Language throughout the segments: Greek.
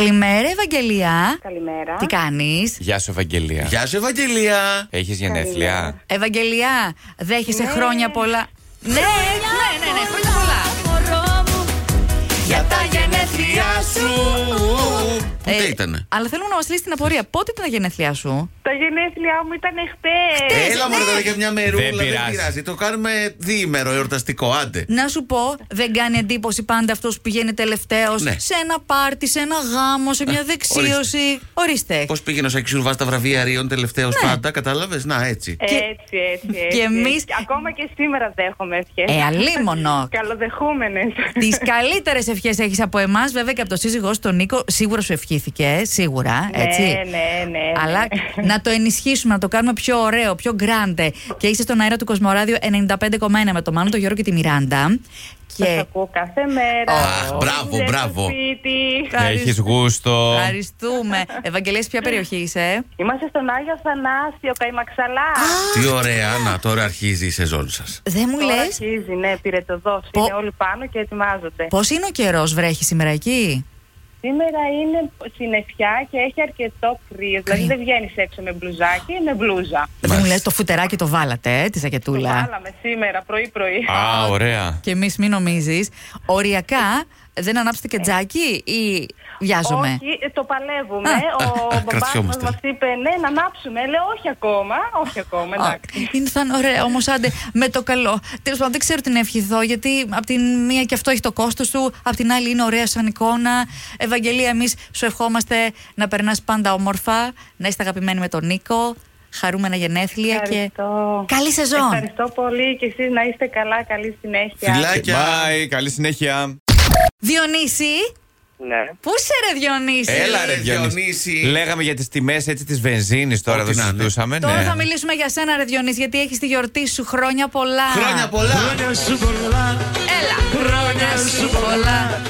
Καλημέρα, Ευαγγελία. Καλημέρα. Τι κάνεις, Γεια σου, Ευαγγελία. Γεια σου, Ευαγγελία! Έχεις γενέθλια. Ευαγγελία, δέχεσαι χρόνια πολλά. Ναι, ναι, ναι, ναι, χρόνια πολλά. Για τα γενέθλιά σου! Πού Ε, τα ήτανε? Αλλά θέλουμε να μας λύσεις την απορία. Πότε ήταν τα γενέθλιά σου, Τα γενέθλιά μου ήταν ε, χτες. Έλα ναι. μωρέ τώρα για μια μερούλα, Δεν δεν πειράζει. πειράζει. Το κάνουμε διήμερο εορταστικό, άντε. Να σου πω, δεν κάνει εντύπωση πάντα αυτός που πηγαίνει τελευταίος Ναι. Ε, σε ένα πάρτι, σε ένα γάμο, σε μια δεξίωση. Ορίστε. Πώς πήγαινε ο Σάκη Σουρβά στα βραβεία Ρίων Ναι. τελευταίο πάντα, κατάλαβες. Να, έτσι. Έτσι, έτσι. έτσι. και εμείς- Ακόμα και σήμερα δέχομαι ευχές. Ε, αλίμονο. Καλοδεχούμενες. Τις καλύτερες ευχές έχεις από εμάς, βέβαια και από τον σύζυγό σου, τον Νίκο. Σίγουρα σου ευχήθηκε, σίγουρα. Ναι, έτσι. ναι, ναι, ναι. Αλλά να το ενισχύσουμε, να το κάνουμε πιο ωραίο, πιο γκράντε. Και είσαι στον αέρα του Κοσμοράδιου 95,1 με τον Μάνο, τον Γιώργο και τη Μιράντα. Σας Και ακούω κάθε μέρα. Αχ, Μου μπράβο, βλέπω μπράβο. σπίτι. Έχει γούστο. ευχαριστούμε. Ευαγγελία, σε ποια περιοχή είσαι. Είμαστε στον Άγιο Αθανάσιο, Καϊμαξαλά. Ε, Τι ωραία, να τώρα αρχίζει η σεζόν σας. Δεν μου Τώρα λες αρχίζει, ναι, πήρε το δόση. Πω. Είναι όλοι πάνω και ετοιμάζονται. πώς είναι ο καιρός, βρέχει σήμερα εκεί. Σήμερα είναι συννεφιά και έχει αρκετό κρύο. Δηλαδή δεν βγαίνεις έξω με μπλουζάκι, με μπλούζα. Δεν μου λες το φουτεράκι το βάλατε, ε, της Το σακετούλα. βάλαμε σήμερα πρωί-πρωί. Α, ωραία. Και εμείς μην νομίζεις. Οριακά δεν ανάψετε και τζάκι ή βιάζομαι. Όχι, ε, το παλεύουμε. Α, Ο α, μπαμπάς μας κρατιόμαστε. μας είπε ναι, να ανάψουμε. Λέω όχι ακόμα, όχι ακόμα, Α, εντάξει. Είναι σαν ωραία, όμως άντε με το καλό. Τέλος πάντων, δεν ξέρω τι να ευχηθώ, γιατί από την μία και αυτό έχει το κόστος του, από την άλλη είναι ωραία σαν εικόνα. Ευαγγελία, εμείς σου ευχόμαστε να περνάς πάντα όμορφα, να είστε αγαπημένοι με τον Νίκο, χαρούμενα γενέθλια Ευχαριστώ. και. Καλή σεζόν! Ευχαριστώ πολύ και εσείς να είστε καλά, καλή συνέχεια. Φιλάκια! Bye, καλή συνέχεια. Διονύση! Ναι. Πού σε ρε Διονύση! Έλα, ρε, Διονύση. Διονύση. Λέγαμε για τις τιμές έτσι της βενζίνης τώρα Ό,τι εδώ να είναι. συζητούσαμε. Τώρα ναι. θα μιλήσουμε για σένα, ρε Διονύση, γιατί έχεις τη γιορτή σου χρόνια πολλά. Χρόνια πολλά! Έλα! Χρόνια σου πολλά!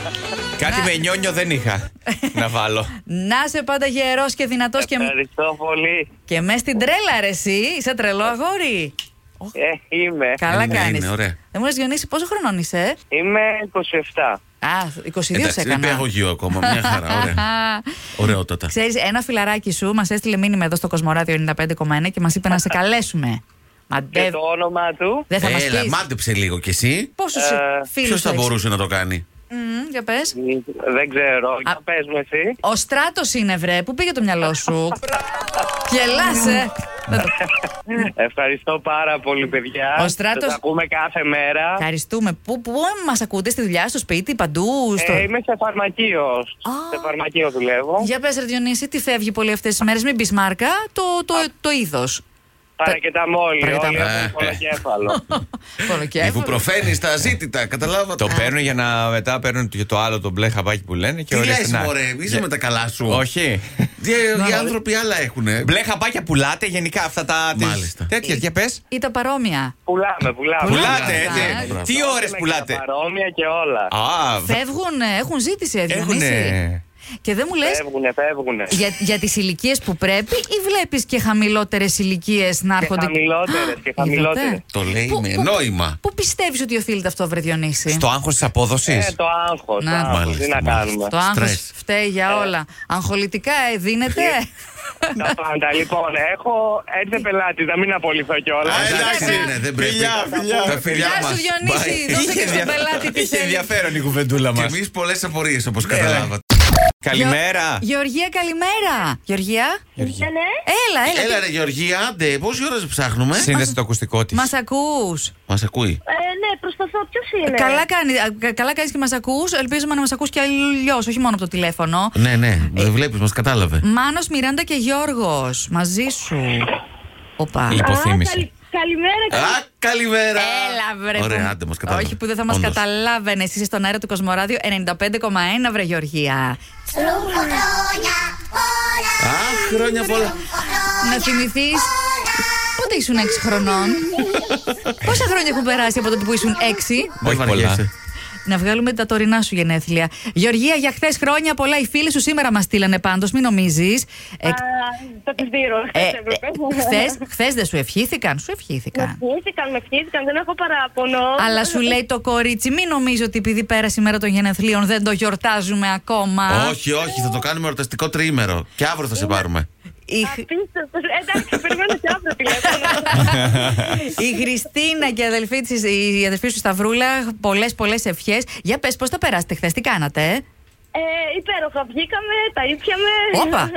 Κάτι με νιόνιο δεν είχα να βάλω. Να είσαι πάντα γερός και δυνατός και Ευχαριστώ πολύ. Και μες στην τρέλα, ρε, εσύ. Είσαι τρελό αγόρι. Οχ, Ε, είμαι. Καλά είναι, κάνει. είναι, ωραία. Δεν μου λες, Διονύση, πόσο χρονών είσαι. ε? Είμαι 27. Α, 22 σε Εντάξει, δεν έκανα. αγωγείο ακόμα. Μια χαρά, ωραία. Ωραιότατα. Ξέρεις, ένα φιλαράκι σου μας έστειλε μήνυμα εδώ στο Κοσμοράδιο 95,1 και μας είπε να σε καλέσουμε. Και Μαντεύ, το όνομα του. δεν θα μας Έλα, πεις. μάντεψε λίγο κι εσύ. Πόσους Ε, φίλους Ποιος θα έχεις? μπορούσε να το κάνει. Μμμ, για πες. Δεν ξέρω. Για πες μου εσύ. Ο Στράτος είναι, βρε. Πού πήγε το μυαλό σου. Ε, Γελάσαι. Ευχαριστώ πάρα πολύ, παιδιά. Ο Στράτος- Σας ακούμε κάθε μέρα. Ευχαριστούμε. Πού, πού μας ακούτε, στη δουλειά, στο σπίτι, παντού. Στο... Ε, είμαι σε φαρμακείο. Σε φαρμακείο δουλεύω. Για πες ρε Διονύση, τι φεύγει πολύ αυτές τις μέρες, μην πεις μάρκα, το, το, το είδος. Παρακεταμόλη. Όλοι Παρακεταμόλη. έχουν Ε, πολλοκέφαλο. Πονοκέφαλο. Υπουprofeni τα ζήτητα, καταλάβατε. το παίρνω για να μετά παίρνουν και το άλλο το μπλε χαπάκι που λένε. Και Τι ορίστε, λες να. μωρέ, είσαι Για- με τα καλά σου. Όχι. Τι, Οι άνθρωποι άλλα έχουνε. μπλε χαπάκια πουλάτε γενικά αυτά τα. τις- Μάλιστα. Τέτοιες, για πες. Ή τα παρόμοια. πουλάμε, πουλάμε. Πουλάτε, Μπράβο. έτσι. Μπράβο. Τι ώρε Πουλάμε και τα πουλάτε. Παρόμοια και όλα. Α, Φεύγουν, ε, έχουν ζήτηση, ε, Διονύση. Έχουνε. Και δεν μου λες. Φεύγουνε, φεύγουνε. Για, για τις ηλικίες που πρέπει, ή βλέπεις και χαμηλότερες ηλικίες να έρχονται. χαμηλότερες, Α, και χαμηλότερες. είδατε. Το λέει Πού- με πού- Ε, νόημα. Πού πιστεύεις ότι οφείλεται αυτό, Βρε Διονύση. στο άγχος της απόδοσης. Ε, το άγχος. Να. το άγχος. Μάλιστα, Τι να μάλιστα. κάνουμε. Το άγχος Στρες. φταίει για όλα. Αγχολητικά ε, δίνεται. Τα πάντα. Λοιπόν, έχω έτσι πελάτης, να μην απολυθώ κιόλας. Α, Ε, εντάξει. εντάξει είναι, δεν πρέπει. Φιλιά, φιλιά. Τα φιλιά Γεια σου, μας. Διονύση. Bye. Δώσε και Είχε στον ενδιαφ- πελάτη τι Είχε θέλει. ενδιαφέρον η κουβεντούλα Και μας. εμείς πολλές απορίες όπως Ναι. καταλάβατε. Καλημέρα. Γεω- Γεωργία, καλημέρα. Γεωργία. Ναι, ναι. Έλα, έλα. Έλα ρε Γεωργία, άντε, πόση ώρα σε ψάχνουμε. Σύνδεσε το ακουστικό της. Μας ακούς. Μας ακούει. Ε, ναι, προσπαθώ. Ποιος είναι. Ε, Καλά κάνει α, κα- καλά κάνεις και μας ακούς. Ελπίζουμε να μας ακούς και αλλιώς, όχι μόνο από το τηλέφωνο. Ναι, ναι, Ε- δεν βλέπεις, μας κατάλαβε. Μάνος, Μιράντα και Γιώργος. Μαζί σου. Οπα. Λοιπόν. Υποθύμηση. Καλημέρα. Α, καλημέρα. Έλα, βρε. που- Ωραία, άντε, μας κατάλαβε. Όχι που δεν θα μας Όντως. καταλάβαινε. Εσύ στον αέρα του Κοσμοράδιου 95,1 βρε Γεωργία. Α, χρόνια πολλά. Να θυμηθείς. Πότε ήσουν 6 χρονών. Πόσα χρόνια έχουν περάσει από τότε που ήσουν 6. Δεν Όχι πολλά. βαριέσαι. να βγάλουμε τα τωρινά σου γενέθλια. Γεωργία, για χθες χρόνια πολλά. Οι φίλοι σου σήμερα μας στείλανε πάντως, μην νομίζεις. Α, το πληρώ. Ε, Χθε δεν σου ευχήθηκαν, σου ευχήθηκαν. Με πιέζηκαν, με πιέζηκαν, δεν έχω παράπονο. Αλλά σου λέει το κορίτσι, μην νομίζω ότι επειδή πέρασε η μέρα των γενεθλίων δεν το γιορτάζουμε ακόμα. Όχι, όχι, θα το κάνουμε εορταστικό τρίμερο. Και αύριο θα σε πάρουμε. Η, Χ- Απίστευτο. Ε, Εντάξει, περιμένω και αύριο τηλέφωνο. η Χριστίνα και η αδελφή, της, η αδελφή σου Σταυρούλα, πολλές πολλές ευχές. Για πες, πώς τα περάσετε χθες, τι κάνατε. ε? Ε, υπέροχα, βγήκαμε, τα ήπιαμε. Όπα!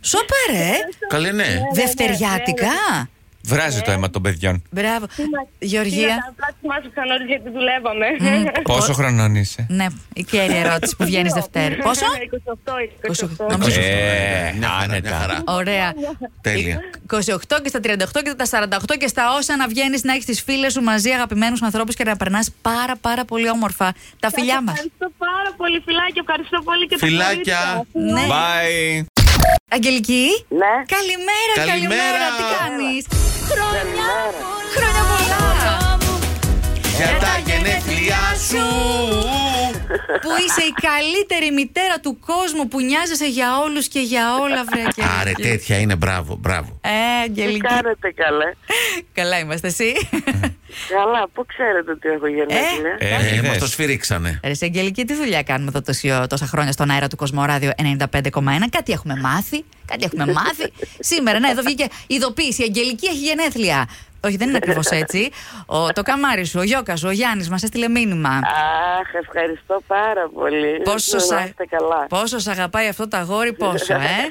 Σοπαρέ! Καλέ, ναι. ναι, Δευτεριάτικα! Βράζει Ε. το αίμα των παιδιών. Μπράβο. Γεωργία. Τα πλάτη μας ξανόρις γιατί δουλεύαμε. Ναι. Πόσο χρονών είσαι. Ναι, η κέρια ερώτηση που βγαίνει Δευτέρα. ναι, Πόσο? 28, 28. Νομίζω Ε, Ε, μια χαρά, άνετα. μια χαρά. Ωραία. Τέλεια. 28 και στα 38 και στα 48 και στα όσα να βγαίνεις να έχεις τις φίλες σου μαζί, αγαπημένους ανθρώπους και να περνάς πάρα πάρα πολύ όμορφα. Τα φιλιά μας. Ευχαριστώ πάρα πολύ, φιλάκια. Ευχαριστώ πολύ και τα Φιλάκια. κορίτσια. Ναι. Bye. Αγγελική. Ναι. Καλημέρα, καλημέρα. Καλημέρα. Τι κάνεις. Χρόνια, χρόνια πολλά. Ε, Για τα γενέθλιά σου. που είσαι η καλύτερη μητέρα του κόσμου που νοιάζεσαι για όλους και για όλα, βρε. Αγγελική. Άρε, τέτοια είναι, μπράβο, μπράβο. Ε, Τι Αγγελική. κάνετε καλέ. Καλά είμαστε εσύ. Καλά, πού ξέρετε ότι έχω ναι. γενέθλια. Ε, Ε, είδες. Μας το σφυρίξανε. Ρε σε, Αγγελική, τι δουλειά κάνουμε εδώ τόση- τόσα χρόνια στον αέρα του Κοσμοράδιο 95,1. Κάτι έχουμε μάθει. Κάτι έχουμε μάθει. Σήμερα, ναι, εδώ βγήκε ειδοποίηση. Η Αγγελική έχει γενέθλια. Όχι, δεν είναι ακριβώς έτσι. Ο, το καμάρι σου, ο Γιώκας, ο Γιάννης μας έστειλε μήνυμα. ναι, Αχ, ευχαριστώ πάρα πολύ. Πόσο σ' Να α- είστε ναι, καλά. πόσο σ' αγαπάει αυτό το αγόρι, πόσο, ε.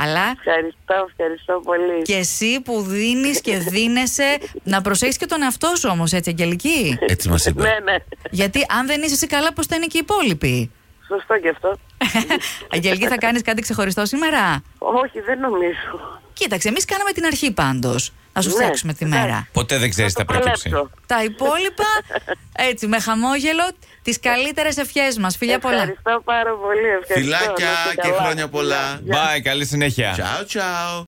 Αλλά Ευχαριστώ, ευχαριστώ πολύ. και εσύ που δίνεις και δίνεσαι, να προσέχεις και τον εαυτό σου όμως, έτσι, Αγγελική. Έτσι μας είπε. Ναι, ναι. Γιατί αν δεν είσαι εσύ καλά, πώς θα είναι και οι υπόλοιποι. Σωστό και αυτό. Αγγελική, θα κάνεις κάτι ξεχωριστό σήμερα. Όχι, δεν νομίζω. Κοίταξε, εμείς κάναμε την αρχή πάντως. Να σου Ναι, φτιάξουμε τη μέρα. εντάξει. Ποτέ δεν ξέρεις τα Θα το πρόκειψη. παλέψω. Τα υπόλοιπα, έτσι, με χαμόγελο, τις καλύτερες ευχές μας. Φιλιά πολλά. Ευχαριστώ πάρα πολύ. Ευχαριστώ. Να Φιλάκια είστε και καλά. χρόνια πολλά. Bye, καλή συνέχεια. Τσαου, τσαου.